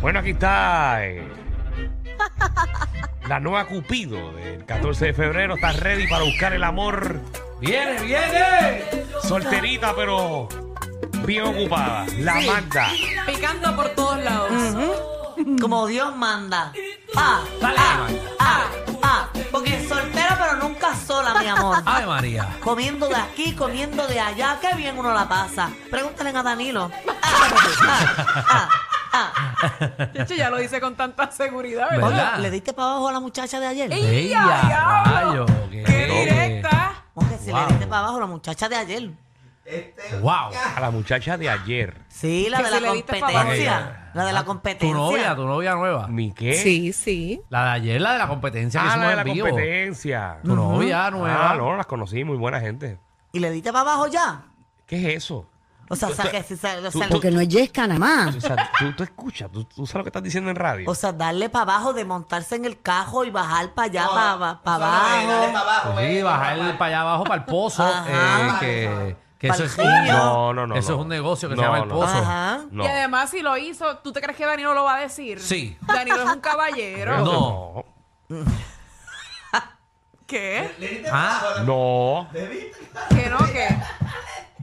Bueno, aquí está eh, la nueva Cupido del 14 de febrero. Está ready para buscar el amor. ¡Viene, viene! Solterita, pero bien ocupada. La Magda. Picando por todos lados. Como Dios manda. Ah, ah, ah, ah. Porque es soltera pero nunca sola, mi amor. Ay, María. Comiendo de aquí, comiendo de allá. Qué bien uno la pasa. Pregúntale a Danilo. Ah, ah, ah, De hecho, ya lo dice con tanta seguridad, ah. ¿verdad? ¿Verdad? Oye, ¿le diste para abajo a la muchacha de ayer? ¡Ey! ¡Ya, diablo! rayo, ¡Qué directa! Porque si le Wow. diste para abajo a la muchacha de ayer. Wow. A la muchacha de ayer. Sí, la Que de si la le diste pa' abajo. competencia. La de la Ah, Tu novia, competencia. tu novia nueva. ¿Mi qué? Sí, sí. La de ayer, la de la competencia que Ah, la hicimos de la en vivo. competencia. Tu novia nueva. Ah, no, las conocí, muy buena gente. Y le diste para abajo ya. ¿Qué es eso? O sea, o sea, que si se- o sea, Porque no es yesca nada más. O sea, tú, tú escuchas, tú, tú sabes lo que estás diciendo en radio. o sea, darle para abajo, de montarse en el cajo y bajar para allá, para abajo. Pues sí, bajar para allá abajo, para el pozo. Ajá. eh, que que Pa'l eso es río. no, no, no. Eso no. es un negocio que se llama El Pozo. Ajá. No. Y además, si lo hizo, ¿tú te crees que Danilo lo va a decir? Sí. Danilo es un caballero. No. ¿Qué? Ah, No. ¿Que no? ¿Qué?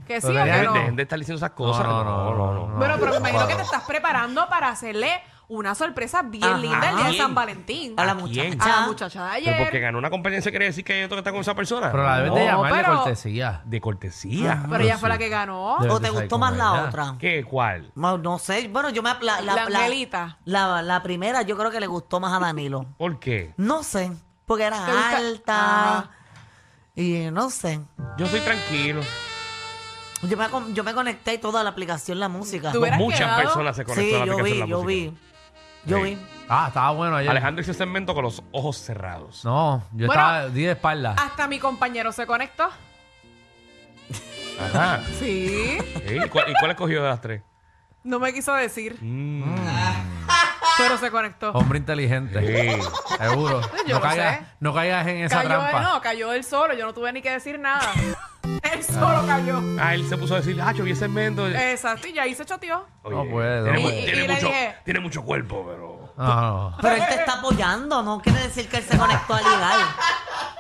¿Que sí o Pero que Dejen, ya no? dejen de estar diciendo esas cosas. No, no, no, no, no. Bueno, pero me imagino que te estás preparando para hacerle una sorpresa bien Ajá. linda el día de ¿Quién? San Valentín. A la quién? A Ah, muchacha. la muchacha de Pero porque ayer. ganó una competencia quiere decir que hay otro que está con esa persona. pero la debes de Ah, No, llamar de pero- cortesía. De cortesía. Pero ella fue la que ganó. De- ¿O te gustó más la otra? ¿Qué? ¿Cuál? No, no sé. Bueno, yo me. La, La angelita. La, la primera, yo creo que le gustó más a Danilo. ¿Por qué? No sé. Porque era ¿Te gusta? alta. Ajá. Y no sé. Yo soy tranquilo. Yo me, con- yo me conecté y toda la aplicación, la música. ¿Tú hubieras Muchas quedado? personas se Sí, conectaron a la yo aplicación de la vi, yo música. vi. Yo Sí. vi. Ah, estaba bueno ayer. Alejandro hizo segmento con los ojos cerrados. No, yo Bueno, estaba di de espalda. Hasta mi compañero se conectó. Ajá. Sí. Sí, ¿Y cuál, y cuál escogió de las tres? No me quiso decir, Mm, pero se conectó. Hombre inteligente. sí. Seguro. Yo No lo caigas, sé. no caigas en esa Cayó él, ¿eh? trampa. no, cayó él solo, yo no tuve ni que decir nada. él solo cayó. Ah, él se puso a decir, ah, yo vi el segmento. Exacto, y ahí se choteó. Oye, No puedo. Tiene, Y- mu- Eh, y- tiene y le mucho, dije- tiene mucho cuerpo, pero... No, no. Pero él te está apoyando, no quiere decir que él se conectó a ligar.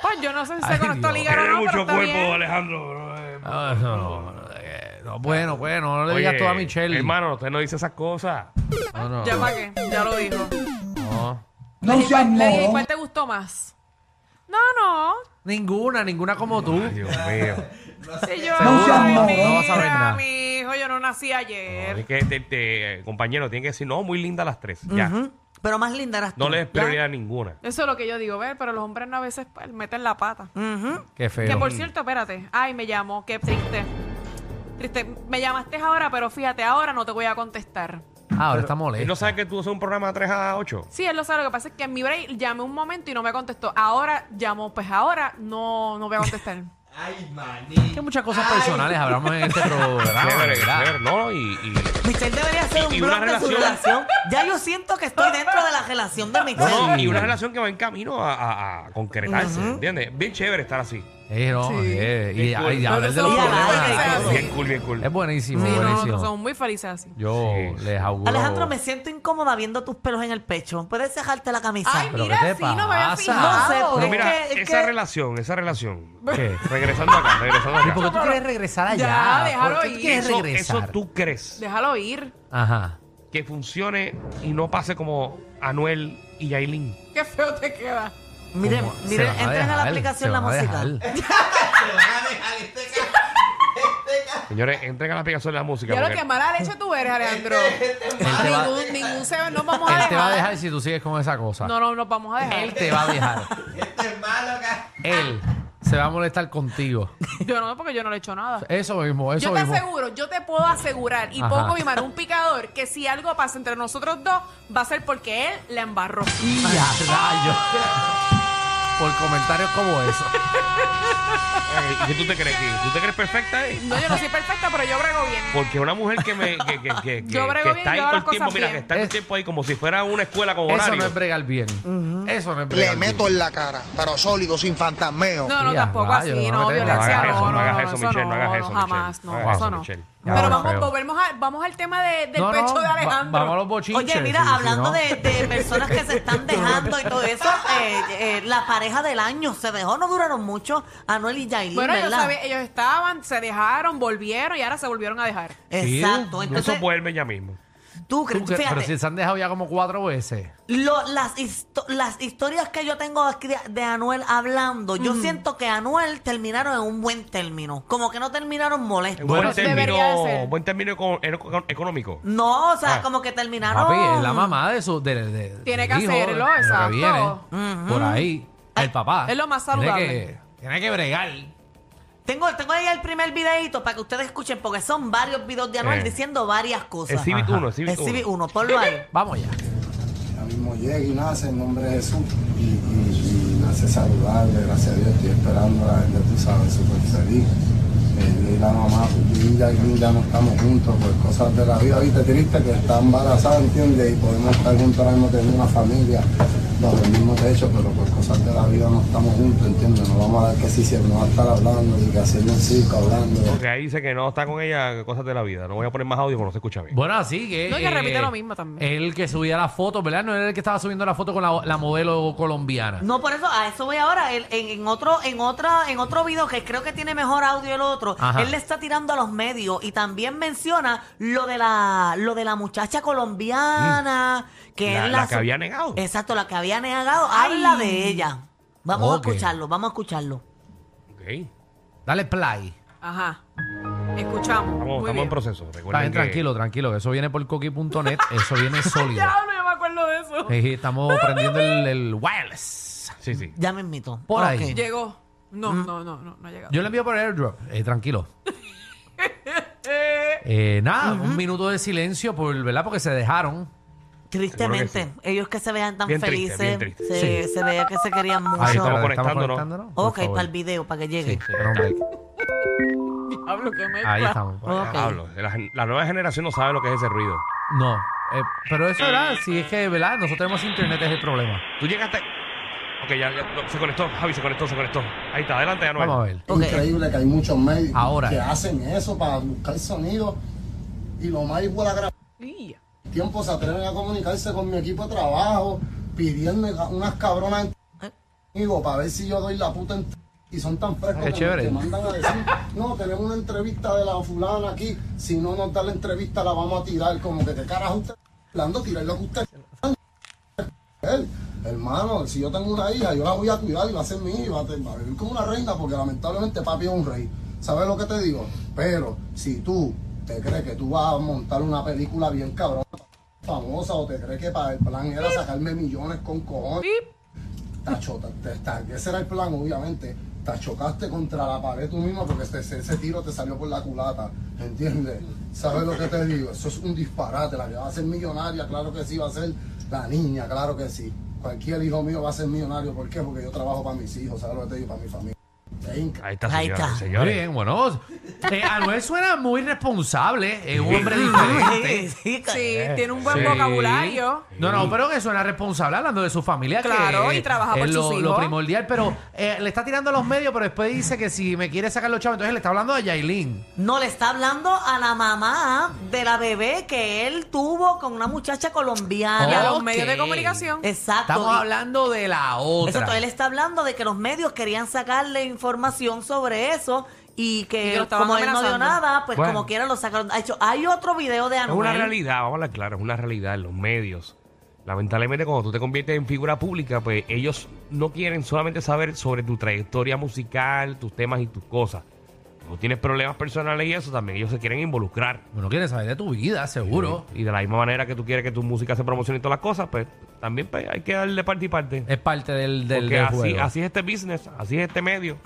Pues yo no sé si se Ay, conectó a Dios. ligar o Tiene no, mucho pero está cuerpo, bien. Alejandro. pero, eh, No, no, no, no, eh, no, bueno, bueno, no le oye, digas todo a Michelle. Hermano, usted no dice esas cosas. No, no, Ya para qué, ya lo dijo. no. No seas Le dije, ¿cuál te gustó más? No, no. Ninguna, ninguna como tú. Dios mío. Si yo, No seas ay, mono. mira, No vas a ver nada. mi hijo, yo no nací No, ayer. es que, te- te- eh, compañero, tiene que decir, no, muy linda las tres. Ya. Ujú. Pero más linda eras tú. No le des ¿ya? prioridad a ninguna. Eso es lo que yo digo, ver, pero los hombres no a veces pues, meten la pata. Ujú. Qué Que feo. por cierto, espérate. Ay, me llamó, qué triste. Triste, me llamaste ahora, pero fíjate, ahora no te voy a contestar. Ah, ahora está Él no molesto. sabe que tú haces un programa de 3 a 8. Sí, él lo sabe. Lo que pasa es que en mi break llamé un momento y no me contestó. Ahora llamó, pues ahora no, no voy a contestar. Que muchas cosas personales hablamos en este programa. Chévere, ¿verdad? chévere, ¿no? Y, y- Michelle debería hacer Y- un y blog una de su relación. relación. Ya yo siento que estoy dentro de la relación de Michelle. no, no, y una relación que va en camino a, a- a concretarse, ¿entiendes? Bien chévere estar así. Eh, no, eh, y, Qué cool. y hablar de Pero los eso- problemas. Claro. Bien cool, bien cool. Es buenísimo, Sí, no, buenísimo. son muy felices así. Yo Sí. les auguro. Alejandro, me siento incómoda viendo tus pelos en el pecho. ¿Puedes dejarte la camisa? Ay, ¿Pero mira, qué te sí, no me había pasa? no sé, fijado. porque No, mira, es que, es esa que- relación, esa relación. ¿Qué? Regresando acá, regresando ¿Y por acá. qué tú quieres regresar allá? Ya, déjalo ¿Por qué tú ir. quieres Eso, regresar? eso tú crees Déjalo ir. Ajá. que funcione y no pase como Anuel y Yailin. Qué feo te queda. Miren, ¿Cómo? Se miren, van a entren a la dejar, aplicación se la van a música. dejar. Señores, entren a la aplicación de la música. Ya lo porque- que mala leche tú eres, Alejandro. Este Él te va- ningún, ningún se no vamos a Él dejar. te va a dejar si tú sigues con esa cosa. este No, no, nos vamos a dejar. Él te va a dejar. Él. se va a molestar contigo. Yo no, porque yo no le he hecho nada. Eso mismo, eso yo te mismo. aseguro, yo te puedo asegurar, y Ajá. pongo mi mano en un picador, que si algo pasa entre nosotros dos, va a ser porque él la embarró. Y a rayos. Por comentarios como eso. Ay, ¿Qué tú te crees, Kiki? ¿Tú te crees perfecta? eh? No, yo no soy perfecta, pero yo brego bien. Porque una mujer que me que, que, que, que- Yo que brego bien, está ahí yo todo hago el las tiempo, cosas mira, que bien. está todo el Es- tiempo ahí como si fuera una escuela con Eso horario. no es bregar bien. Eso no es bregar Le meto en la cara, pero sólido, sin fantasmeo. No, no, Ya, tampoco rayos, así, no no, me tengas- violencia, no hagas eso, no no, no, hagas no, eso, eso Michelle, no hagas no, eso, no, jamás, Michelle, no, no hagas eso eso, no. Michelle. Ya, Pero bueno, vamos, feo. volvemos a- vamos al tema de- del No, no, pecho de va- Alejandro. vamos a los bochinches. Oye, mira, sí, sí, hablando ¿no? de, de personas que se están dejando y todo eso, eh, eh, la pareja del año se dejó, no duraron mucho, Anuel y Yailin, Bueno, ellos, ¿verdad? sabe- ellos estaban, se dejaron, volvieron y ahora se volvieron a dejar. Exacto. Sí, Entonces, Eso vuelve ya mismo. tú Tú crees, que- Pero fíjate, si se han dejado ya como cuatro veces. lo- las, histo- las historias que yo tengo aquí de, de Anuel hablando, yo siento que Anuel terminaron en un buen término, como que no terminaron molestos. Bueno, buen debería de término, ser. buen término eco- eco- económico. No, o sea, Ah. como que terminaron... Papi, es la mamá de su. De, de- Tiene del que hijo, hacerlo, de lo que exacto. viene, Por ahí. El papá. es lo más tiene saludable. que- Tiene que bregar. Tengo, tengo ahí el primer videito para que ustedes escuchen, porque son varios videos de Anuel Eh. diciendo varias cosas. Ah. Exhibit Ajá. 1, Exhibit 1. Exhibit uno, ponlo ahí. Vamos ya. Ya mismo llega y nace en nombre de Jesús. Y, y- y nace saludable, gracias a Dios. Estoy esperando a la gente, tú sabes, súper feliz. Eh, y la mamá, y ya, y ya no estamos juntos por cosas de la vida. Ahorita triste que está embarazada, ¿entiendes? Y podemos estar juntos ahora mismo, tener una familia bajo el mismo techo, pero por cosas de la vida no estamos juntos, ¿entiendes? No vamos a dar que sí, siempre nos va a estar hablando y que haciendo un circo, hablando. Porque ahí dice que no está con ella, cosas de la vida. No voy a poner más audio porque no se escucha bien. Bueno, así que. eh, No, y que repite lo mismo también. El que subía la foto, ¿verdad? No era el que estaba subiendo la foto con la, la modelo colombiana. No, por eso, a eso voy ahora. Él, en, en otro, en otra, en otro video que creo que tiene mejor audio el otro, Ajá. él le está tirando a los medios y también menciona lo de la, lo de la muchacha colombiana, que Mm. La- es la que había negado. Exacto, la que había negado. Habla de ella. Vamos Ok. a escucharlo, vamos a escucharlo. Ok. Dale play. Ajá. Escuchamos. Estamos, Muy estamos bien. en proceso. Está Recuerden bien, que- tranquilo, tranquilo. que Eso viene por coqui.net. Eso viene sólido. Diablo, yo me acuerdo de eso. Eh, Estamos prendiendo el, el wireless. Sí, sí. Ya me invito. Por ahí. Llegó. No, no, no, no, no ha llegado. Yo le envío por airdrop. Eh, tranquilo. Eh, nada, un minuto de silencio, por, ¿verdad? Porque se dejaron. Tristemente, Seguro ellos que se vean tan Bien triste, felices, bien triste. Se, se veía que se querían mucho. Ahí estamos está, conectándonos. por ok, favor. para el video, para que llegue. Sí, sí, era un break. Diablo, que me Ahí estamos. Oh. Ok. Pablo, la, la nueva generación no sabe lo que es ese ruido. No, eh, pero eso era, si es que, ¿verdad? Nosotros tenemos internet, es el problema. Tú llegaste. Ok, ya, ya, no, se conectó. Javi se conectó, se conectó. Ahí está, adelante, Anuel. Vamos a ver. Ok. increíble que hay muchos medios Ahora. que hacen eso para buscar sonido y lo más igual a grabar Ih. tiempo se atreven a comunicarse con mi equipo de trabajo pidiendo unas cabronas en- digo para ver si yo doy la puta en- y son tan frescos Qué que chévere. te mandan a decir no tenemos una entrevista de la fulana aquí si no nos da la entrevista la vamos a tirar como que te carajo usted hablando tirar lo que usted él, hermano, si yo tengo una hija, yo la voy a cuidar y va a ser mi hija, y va a, te- va a vivir como una reina, porque lamentablemente papi es un rey. ¿Sabes lo que te digo? Pero si tú te crees que tú vas a montar una película bien cabrón, famosa, o te crees que para el plan era sacarme millones con cojones, Pip. tacho, ta- te- ta- ese era el plan, obviamente. Te chocaste contra la pared tú mismo porque ese, ese- ese tiro te salió por la culata, ¿entiendes? ¿Sabes lo que te digo? Eso es un disparate, la que va a ser millonaria, claro que sí, va a ser la niña, claro que sí. Cualquier hijo mío va a ser millonario, ¿por qué? Porque yo trabajo para mis hijos, ¿sabes lo que te digo? Para mi familia. Es increíble. Ahí está, Ahí señores. está. Muy señores. bien, bueno. Eh, Anuel suena muy responsable, es un hombre diferente. Sí, Sí, tiene un buen Eh, Sí. vocabulario. No, no, pero que suena responsable hablando de su familia. que Claro, y trabaja es por lo, sus hijos. lo primordial, pero eh, le está tirando a los medios, pero después dice que si me quiere sacar los chavos, entonces le está hablando a Yailin. No, le está hablando a la mamá de la bebé que él tuvo con una muchacha Y a colombiana. los Oh. Ok. medios de comunicación. Exacto. Estamos Y- hablando de la otra. Exacto, él está hablando de que los medios querían sacarle información sobre eso y Y que que lo estaban como él no dio amenazando. nada, pues Bueno. como quiera lo sacaron. Ha hecho, hay otro video de Es una Anuel. realidad, vamos a hablar claro, es una realidad en los medios. Lamentablemente, cuando tú te conviertes en figura pública, pues ellos no quieren solamente saber sobre tu trayectoria musical, tus temas y tus cosas. tú tienes problemas personales y eso, también ellos se quieren involucrar. Bueno, quieren saber de tu vida, seguro. Y de la misma manera que tú quieres que tu música se promocione y todas las cosas, pues también pues, hay que darle parte y parte. Es parte del, del, Porque del así, juego. así es este business, así es este medio.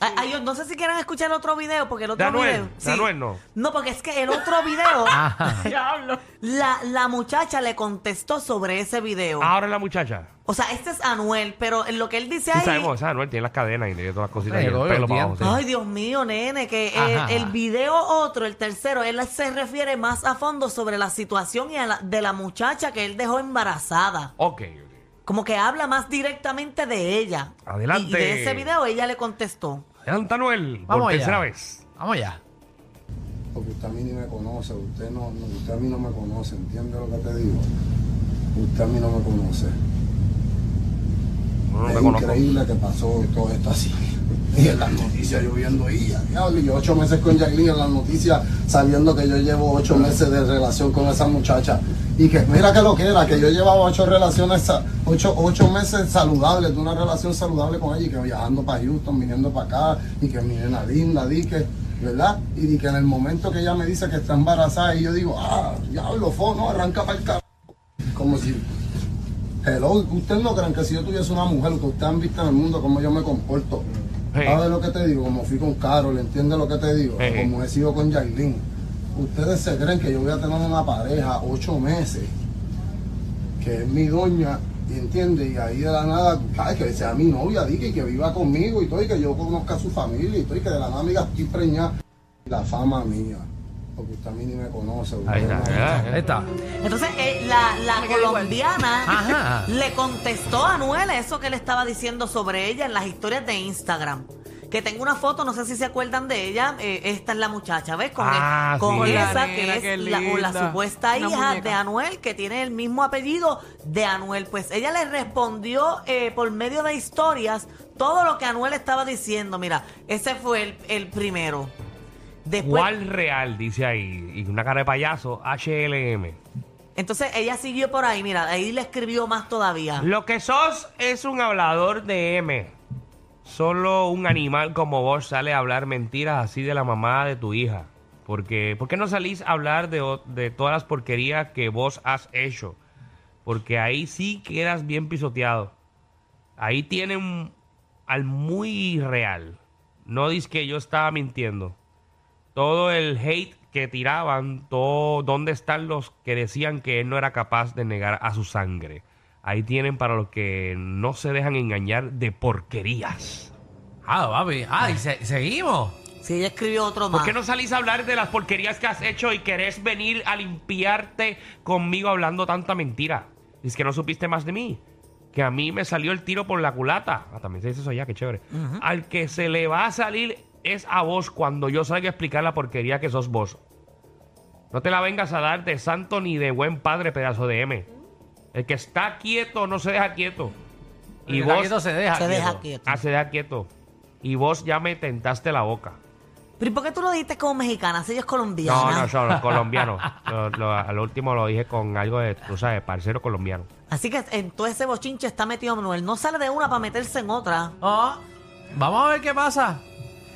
Ay, ay, yo no sé si quieren escuchar el otro video, porque el otro De Anuel, video. de Anuel no. Ah. No, porque es que el otro video, Ajá. Diablo. la, la muchacha le contestó sobre ese video. Ahora la muchacha. O sea, este es Anuel, pero en lo que él dice Sí ahí. sabemos, esa Anuel tiene las cadenas y tiene todas las cositas. Sí, y el lo veo, pelo para abajo, entiendo. sí. Ay, Dios mío, nene, que Este. eh, Ajá. el, el video otro, el tercero, él se refiere más a fondo sobre la situación y a la- de la muchacha que él dejó embarazada. Ok, ok. Como que habla más directamente de ella. Adelante. Y, y de ese video ella le contestó. Adelante, Anuel, Vamos por allá. tercera vez. Vamos allá. Porque usted a mí ni me conoce, usted, no, no, usted a mí no me conoce, ¿entiende lo que te digo? Usted a mí no me conoce. No, no es te conozco. increíble que pasó todo esto así. Y en las noticias yo viendo y ya, diablo, y yo ocho meses con Jacqueline en las noticias sabiendo que yo llevo ocho meses de relación con esa muchacha. Y que mira que lo que era, que yo llevaba ocho relaciones, sa- ocho, ocho meses saludables, de una relación saludable con ella y que viajando para Houston, viniendo para acá, y que mi nena linda, di que, ¿verdad? Y di que en el momento que ella me dice que está embarazada, y yo digo, ah, diablo, fo, no, arranca para el carro. Como si Hello, ustedes no creen que si yo tuviese una mujer, que ustedes han visto en el mundo cómo yo me comporto. Hey. ¿Sabes lo que te digo? Como fui con Carol, ¿entiendes lo que te digo? Hey. Como he sido con Jailin. Ustedes se creen que yo voy a tener una pareja ocho meses, que es mi doña, ¿entiendes? Y ahí de la nada, ay, que sea mi novia, diga, y que viva conmigo y todo, y que yo conozca a su familia y todo, y que de la nada amiga estoy preñada. La fama mía, porque usted a mí ni me conoce. Ahí usted está, no- ahí está. Ahí está. Entonces eh, la, la Me quedé igual. colombiana Ajá. le contestó a Anuel eso que le estaba diciendo sobre ella en las historias de Instagram. Que tengo una foto, no sé si se acuerdan de ella. eh, esta es la muchacha, ¿ves? Con, e-, Ah, con sí. esa Con la nena, que qué es la, o la linda. supuesta Una hija muñeca. de Anuel, que tiene el mismo apellido de Anuel. Pues ella le respondió eh, por medio de historias todo lo que Anuel estaba diciendo. Mira, ese fue el, el primero. Después, ¿Cuál real? Dice ahí. Y una cara de payaso, HLM. entonces ella siguió por ahí, mira, ahí le escribió más todavía. Lo que sos es un hablador de M. Solo un animal como vos sale a hablar mentiras así de la mamá de tu hija. Porque, ¿Por qué no salís a hablar de, o- de todas las porquerías que vos has hecho? Porque ahí sí quedas bien pisoteado. Ahí tienen al muy real. No dis que yo estaba mintiendo. Todo el hate que tiraban, todo, ¿dónde están los que decían que él no era capaz de negar a su sangre? Ahí tienen para los que no se dejan engañar de porquerías. Ah, papi. Ah, y se- seguimos. Sí, ella escribió otro Ah. más. ¿Por qué no salís a hablar de las porquerías que has hecho y querés venir a limpiarte conmigo hablando tanta mentira? Es que no supiste más de mí. Que a mí me salió el tiro por la culata. Ah, también se dice eso ya, qué chévere. Al que se le va a salir es a vos cuando yo salga a explicar la porquería que sos vos. No te la vengas a dar de santo ni de buen padre, pedazo de M. El que está quieto no se deja quieto. Y El vos... taquito se deja. se deja quieto. quieto. Ah, se deja quieto. Y vos ya me tentaste la boca. ¿Pero ¿y por qué tú lo dijiste como mexicana? Si ella es No, colombiana. no, son los colombianos. Lo- lo- al último lo dije con algo de, tú sabes, parcero colombiano. Así que en todo ese bochinche está metido Manuel. No sale de una para meterse en otra. Ah, vamos a ver qué pasa.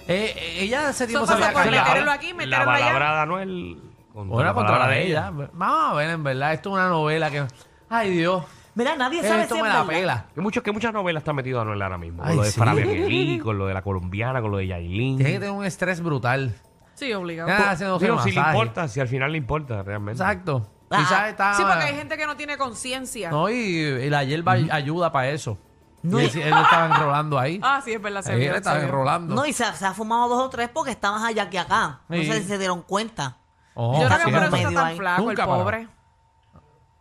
Eh, eh, ella hace tiempo pasa se había por casado. meterlo aquí, La meterlo allá. palabra de Anuel contra Ahora la contra palabra la de ella. Vamos a ver, en verdad, esto es una novela que... Ay, Dios. Mira, nadie sabe Esto si es me la verdad. pela. Que, mucho- que muchas novelas está metido Anuel ahora mismo. Ay, con lo de sí. Farabi Angelí, con lo de la colombiana, con lo de Tiene que Yailin. tener un estrés brutal. Sí, obligado. Ya haciendo Digo, si ese le masaje. importa, si al final le importa realmente. Exacto. Ah. Quizás está... Sí, porque hay gente que no tiene conciencia. No, y, y la hierba ayuda para eso. No. Y él, él lo estaba enrolando ahí. Ah, sí, es verdad, se Ahí vio, él se estaba vio. enrolando. No, y se, se ha fumado dos o tres porque está más allá que acá. No Sí. sé si se dieron cuenta. Oh, Yo creo sí, que por no. eso está Medio tan ahí. flaco Nunca el paró. pobre.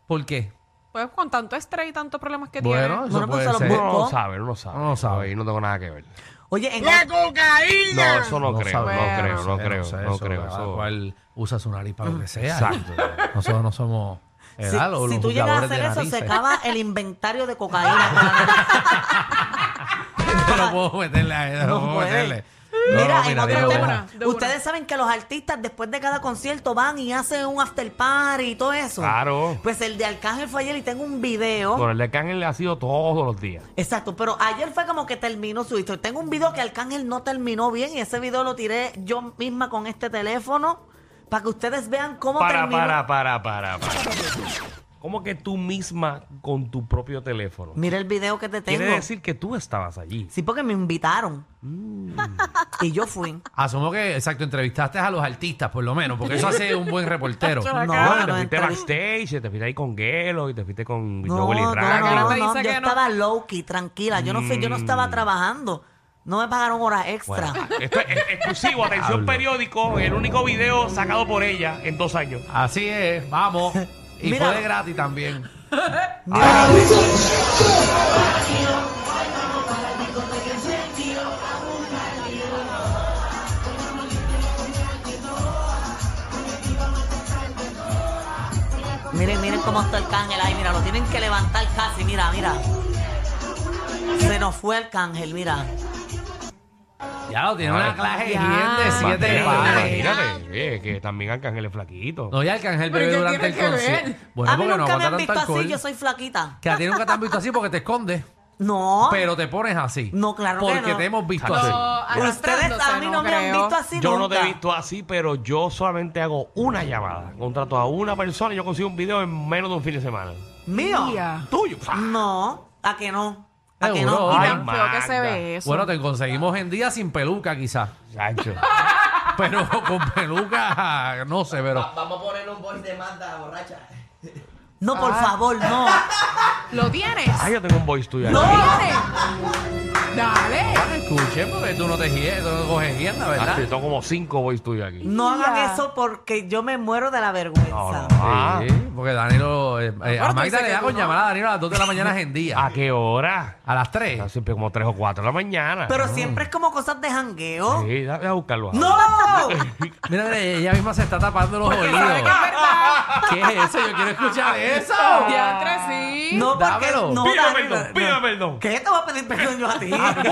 ¿Por qué? Pues con tanto estrés y tantos problemas que Bueno, tiene. eso Bueno, pues, puede se lo ser. busco. Uno no sabe, uno no sabe. Uno no sabe. Y no tengo nada que ver. Oye, en No, eso no, No creo, sabe. no creo, no sé, creo, sé, no eso, creo. cada eso- cual usa su nariz para lo que sea. Exacto. Nosotros no somos... si, edad, los- si los tú llegas a juzgadores hacer de eso, se narices. acaba el inventario de cocaína. no puedo meterle a él, no, No puedo puede. meterle. No, Mira, no, en mira, otro de tema, una, de una. ustedes saben que los artistas después de cada concierto van y hacen un after party y todo eso. Claro. Pues el de Arcángel fue ayer y tengo un video. Bueno, el de Arcángel ha sido todos los días. Exacto, pero ayer fue como que terminó su historia. Tengo un video que Arcángel no terminó bien y ese video lo tiré yo misma con este teléfono para que ustedes vean cómo Para, terminó. para, para, para, para. ¿Cómo que tú misma con tu propio teléfono? Mira el video que te tengo. Quiere decir que tú estabas allí. Sí, porque me invitaron. Mm. y yo fui. Asumo que, exacto, entrevistaste a los artistas, por lo menos, porque eso hace un buen reportero. Chacho, la No, cara. Ah, te fuiste entré. backstage, te fuiste ahí con Gelo y te fuiste con No, Joel y no, Raga. Ahora no, me no, dice yo que no. estaba low-key, tranquila. Yo no fui, yo no estaba trabajando. No me pagaron horas Mm. Bueno, extra. esto es ex- exclusivo, atención Diablo. periódico, el único video sacado por ella en dos años. Así es, vamos. Y Mira. fue de gratis también. Miren, miren cómo está el cángel ahí, mira, lo tienen que levantar casi, mira, mira. Se nos fue el cángel, mira. Ya lo tiene Ay. una clase de Ya. cliente de siete Imagínate, pares. imagínate, eh, que también Arcángel es flaquito. No, y Arcángel Pero ¿y bebe qué durante el tiene que concierto. ver? Bueno, a mí porque no nunca me aguanta han tanto visto alcohol. así, yo soy flaquita. Que a ti nunca te han visto así porque te escondes. Ah. No. Pero te pones así. No, claro que porque no. te hemos visto No, No, así. Ustedes a mí arrastrándose, no, me han creo. visto así yo no nunca. te he visto así, pero yo solamente hago una llamada. Contrato a una persona y yo consigo un video en menos de un fin de semana. ¿Mío? Mía. Tuyo. fa. No, ¿a que no? ¿A que Seguro. no? Y Ay, tan feo que se Magda. ve eso. Bueno, te conseguimos en día sin peluca, quizás. Chacho. Pero con peluca, no sé, pero. Vamos a poner un boy de manda borracha. No, Ah. por favor, no. ¿Lo tienes? Ay, Ah, yo tengo un voice tuyo. Ah, ¡Lo ahí. tienes! ¡Dale! Escuché, porque tú no te gie- tú no coges guienda, ¿verdad? Chacho, yo tengo como cinco voice tuyos aquí. No hagan Mía. eso porque yo me muero de la vergüenza. No, Ah, no. Sí, Ah, porque Danilo. eh, eh, a tú Magda dices le que da tú con no. llamar a Danilo a las 2 de la mañana en día. ¿A qué hora? A las Está 3. Siempre como tres o cuatro de la mañana. Pero siempre es como cosas de jangueo. Sí, dame a buscarlo. ¡No! Mira, mira, ella misma se está tapando los Porque sabe que es oídos. verdad. ¿Qué es eso? Yo quiero escuchar eso. Diantre, sí. Ah. No, porque Dámelo. no, Pídeme Dani, perdón, no. pídeme perdón. ¿Qué te voy a pedir perdón yo a ti? Ah,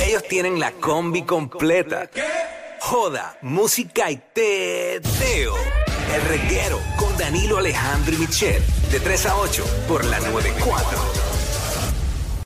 Ellos tienen la combi completa. Joda, música y teo. El reguero con Danilo Alejandro y Michel. De 3 a 8 por la 94.